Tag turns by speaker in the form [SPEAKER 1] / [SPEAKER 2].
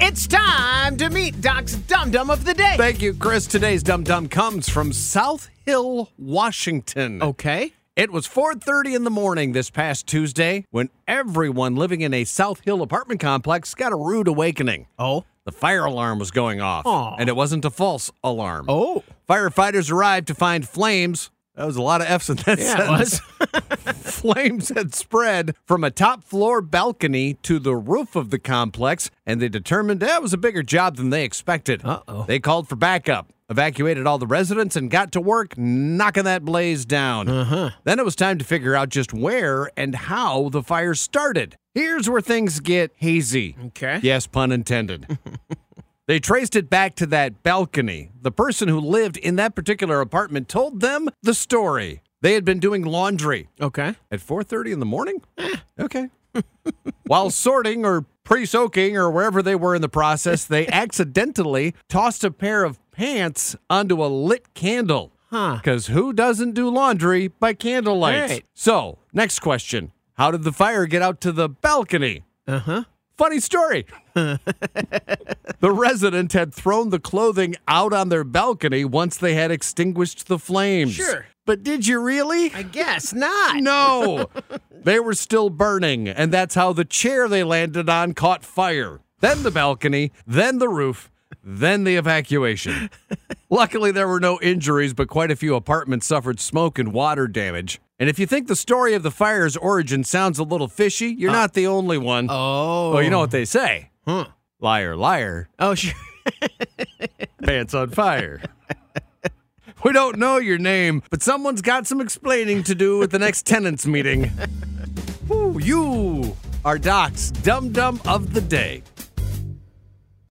[SPEAKER 1] It's time to meet Doc's Dum Dum of the Day.
[SPEAKER 2] Thank you, Chris. Today's dum dum comes from South Hill, Washington.
[SPEAKER 1] Okay.
[SPEAKER 2] It was 4:30 in the morning this past Tuesday when everyone living in a South Hill apartment complex got a rude awakening.
[SPEAKER 1] Oh.
[SPEAKER 2] The fire alarm was going off,
[SPEAKER 1] Aw.
[SPEAKER 2] and it wasn't a false alarm.
[SPEAKER 1] Oh.
[SPEAKER 2] Firefighters arrived to find flames. That was a lot of F's in that
[SPEAKER 1] Yeah, it
[SPEAKER 2] sentence.
[SPEAKER 1] was.
[SPEAKER 2] Flames had spread from a top floor balcony to the roof of the complex, and they determined that was a bigger job than they expected.
[SPEAKER 1] Uh-oh.
[SPEAKER 2] They called for backup, evacuated all the residents, and got to work knocking that blaze down. Uh-huh. Then it was time to figure out just where and how the fire started. Here's where things get hazy.
[SPEAKER 1] Okay.
[SPEAKER 2] Yes, pun intended. They traced it back to that balcony. The person who lived in that particular apartment told them the story. They had been doing laundry
[SPEAKER 1] Okay.
[SPEAKER 2] at 4:30 in the morning?
[SPEAKER 1] Eh.
[SPEAKER 2] okay. While sorting or pre-soaking or wherever they were in the process, they accidentally tossed a pair of pants onto a lit candle.
[SPEAKER 1] Huh.
[SPEAKER 2] Cuz who doesn't do laundry by candlelight?
[SPEAKER 1] Right.
[SPEAKER 2] So, next question. How did the fire get out to the balcony?
[SPEAKER 1] Uh huh.
[SPEAKER 2] Funny story. the resident had thrown the clothing out on their balcony once they had extinguished the flames.
[SPEAKER 1] Sure.
[SPEAKER 2] But did you really?
[SPEAKER 1] I guess not.
[SPEAKER 2] No. they were still burning, and that's how the chair they landed on caught fire. Then the balcony, then the roof, then the evacuation. Luckily, there were no injuries, but quite a few apartments suffered smoke and water damage. And if you think the story of the fire's origin sounds a little fishy, you're not the only one.
[SPEAKER 1] Uh. Oh.
[SPEAKER 2] Well, you know what they say
[SPEAKER 1] Huh.
[SPEAKER 2] liar, liar,
[SPEAKER 1] Oh, sure.
[SPEAKER 2] pants on fire. we don't know your name, but someone's got some explaining to do at the next tenants meeting. Whew, you are Doc's Dum Dum of the Day.